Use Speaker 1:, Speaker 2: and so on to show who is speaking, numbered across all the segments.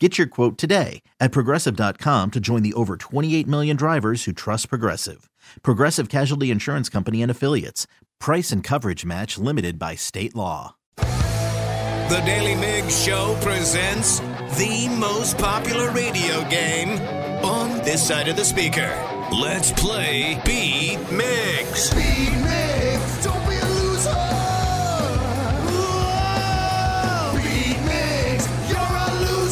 Speaker 1: Get your quote today at progressive.com to join the over 28 million drivers who trust Progressive. Progressive Casualty Insurance Company and Affiliates. Price and coverage match limited by state law.
Speaker 2: The Daily Mig Show presents the most popular radio game on this side of the speaker. Let's play Beat Migs. Beat Migs. Don't be a loser. Beat Migs. You're a loser.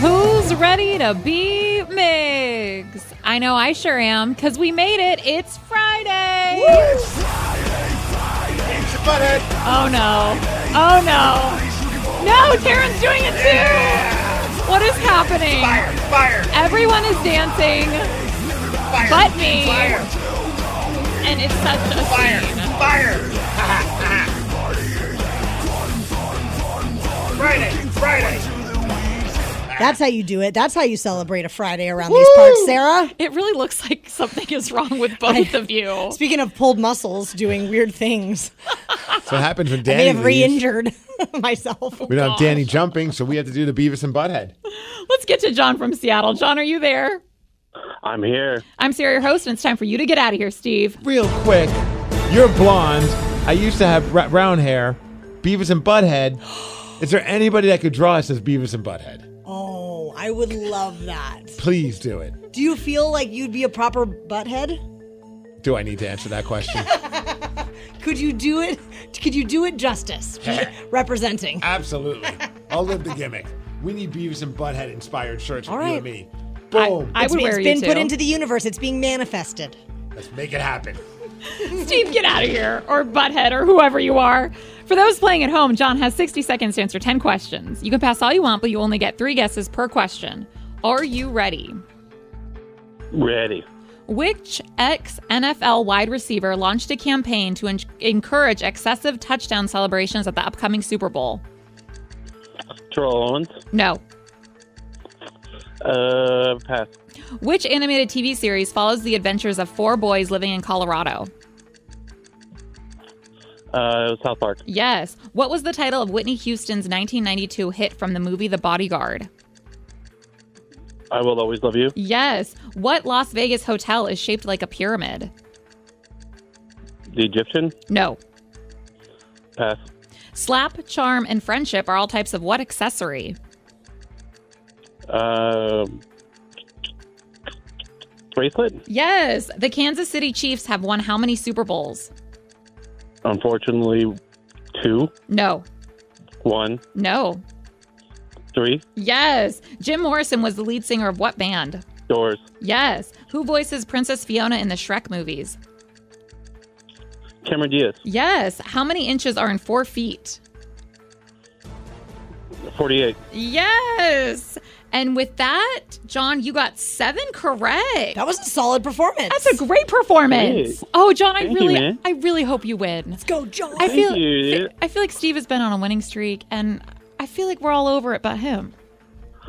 Speaker 3: Who's ready to be Migs? I know I sure am because we made it. It's Friday. Oh no. Oh no. No, Taryn's doing it too. What is happening?
Speaker 4: Fire!
Speaker 3: Everyone is dancing
Speaker 4: Fire!
Speaker 3: but me.
Speaker 4: Fire!
Speaker 3: And it's such a
Speaker 4: Fire!
Speaker 3: scene.
Speaker 4: Fire! Friday! Friday!
Speaker 5: That's how you do it. That's how you celebrate a Friday around these parts, Sarah.
Speaker 3: It really looks like something is wrong with both of you.
Speaker 5: Speaking of pulled muscles doing weird things,
Speaker 6: So what happens when
Speaker 5: I may
Speaker 6: Danny
Speaker 5: have re
Speaker 6: leaves.
Speaker 5: injured myself.
Speaker 6: We don't have Danny jumping, so we have to do the Beavis and Butthead.
Speaker 3: Let's get to John from Seattle. John, are you there?
Speaker 7: I'm here.
Speaker 3: I'm Sarah, your host, and it's time for you to get out of here, Steve.
Speaker 6: Real quick, you're blonde. I used to have ra- brown hair. Beavis and Butthead. Is there anybody that could draw us as Beavis and Butthead?
Speaker 5: Oh, I would love that.
Speaker 6: Please do it.
Speaker 5: Do you feel like you'd be a proper butthead?
Speaker 6: Do I need to answer that question?
Speaker 5: Could you do it? Could you do it justice? Representing.
Speaker 6: Absolutely. I'll live the gimmick. We need Beavis and Butthead inspired shirts
Speaker 5: All
Speaker 6: with you and
Speaker 5: right.
Speaker 6: me. Boom.
Speaker 3: I would
Speaker 5: It's
Speaker 3: wear you
Speaker 5: been put
Speaker 3: too.
Speaker 5: into the universe, it's being manifested.
Speaker 6: Let's make it happen.
Speaker 3: Steve, get out of here, or Butthead, or whoever you are. For those playing at home, John has 60 seconds to answer 10 questions. You can pass all you want, but you only get three guesses per question. Are you ready?
Speaker 7: Ready.
Speaker 3: Which ex NFL wide receiver launched a campaign to en- encourage excessive touchdown celebrations at the upcoming Super Bowl?
Speaker 7: Terrell Owens.
Speaker 3: No.
Speaker 7: Uh, pass.
Speaker 3: Which animated TV series follows the adventures of four boys living in Colorado?
Speaker 7: Uh, South Park.
Speaker 3: Yes. What was the title of Whitney Houston's 1992 hit from the movie The Bodyguard?
Speaker 7: I will always love you.
Speaker 3: Yes. What Las Vegas hotel is shaped like a pyramid?
Speaker 7: The Egyptian.
Speaker 3: No.
Speaker 7: Pass.
Speaker 3: Slap, charm, and friendship are all types of what accessory?
Speaker 7: Um, bracelet.
Speaker 3: Yes. The Kansas City Chiefs have won how many Super Bowls?
Speaker 7: Unfortunately, two,
Speaker 3: No.
Speaker 7: one,
Speaker 3: No.
Speaker 7: three.
Speaker 3: Yes. Jim Morrison was the lead singer of what band?
Speaker 7: Doors.
Speaker 3: Yes. Who voices Princess Fiona in the Shrek movies?
Speaker 7: Cameron Diaz.
Speaker 3: Yes. How many inches are in four feet?
Speaker 7: Forty-eight.
Speaker 3: Yes. And with that, John, you got seven correct.
Speaker 5: That was a solid performance.
Speaker 3: That's a great performance.
Speaker 7: Great.
Speaker 3: Oh, John, I
Speaker 7: Thank you,
Speaker 3: really,
Speaker 7: man.
Speaker 3: I really hope you win.
Speaker 5: Let's go, John.
Speaker 3: I feel,
Speaker 7: you.
Speaker 3: I feel like Steve has been on a winning streak, and I feel like we're all over it but him,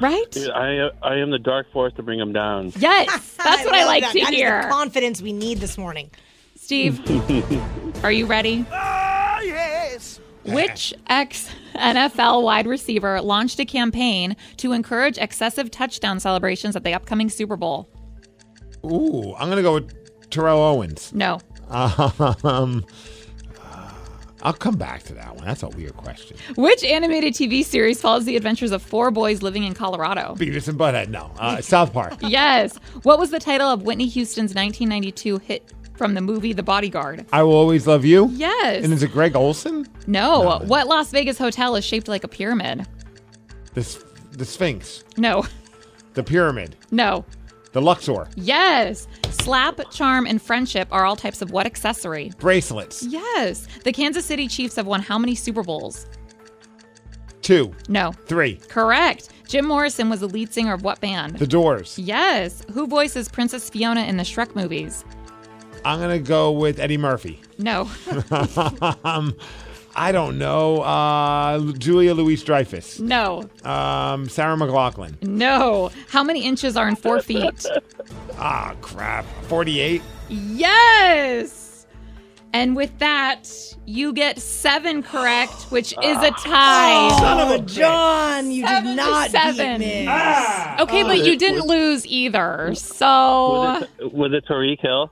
Speaker 3: right?
Speaker 7: I I am the dark force to bring him down.
Speaker 3: Yes, that's what I,
Speaker 5: love
Speaker 3: like
Speaker 5: that.
Speaker 3: to
Speaker 5: That is
Speaker 3: hear.
Speaker 5: the confidence we need this morning.
Speaker 3: Steve, are you ready?
Speaker 4: Ah, yes!
Speaker 3: Which ex NFL wide receiver launched a campaign to encourage excessive touchdown celebrations at the upcoming Super Bowl?
Speaker 6: Ooh, I'm going to go with Terrell Owens.
Speaker 3: No.
Speaker 6: Um, I'll come back to that one. That's a weird question.
Speaker 3: Which animated TV series follows the adventures of four boys living in Colorado?
Speaker 6: Beavis and Butthead. No, uh, South Park.
Speaker 3: Yes. What was the title of Whitney Houston's 1992 hit from the movie The Bodyguard?
Speaker 6: I will always love you.
Speaker 3: Yes.
Speaker 6: And is it Greg Olson?
Speaker 3: no. What Las Vegas hotel is shaped like a pyramid?
Speaker 6: This the Sphinx,
Speaker 3: No.
Speaker 6: the pyramid,
Speaker 3: No.
Speaker 6: the Luxor,
Speaker 3: Yes. Slap, charm, and friendship are all types of what accessory?
Speaker 6: bracelets.
Speaker 3: Yes. The Kansas City Chiefs have won how many Super Bowls?
Speaker 6: Two,
Speaker 3: No.
Speaker 6: three,
Speaker 3: Correct. Jim Morrison was the lead singer of what band?
Speaker 6: the Doors.
Speaker 3: yes. Who voices Princess Fiona in the Shrek movies?
Speaker 6: I'm gonna go with Eddie Murphy.
Speaker 3: No.
Speaker 6: um, I don't know. Uh, Julia Louis Dreyfus.
Speaker 3: no.
Speaker 6: Um, Sarah McLaughlin.
Speaker 3: No. How many inches are in four feet?
Speaker 6: Ah, crap. Forty-eight.
Speaker 3: Yes. And with that, you get seven correct, which is a tie.
Speaker 5: Son of a Oh, John, you
Speaker 3: Oh, Seven to
Speaker 5: did not
Speaker 3: seven. Ah.
Speaker 5: beat me.
Speaker 3: Okay, but you didn't lose either. So,
Speaker 7: Was it, was it Tariq Hill?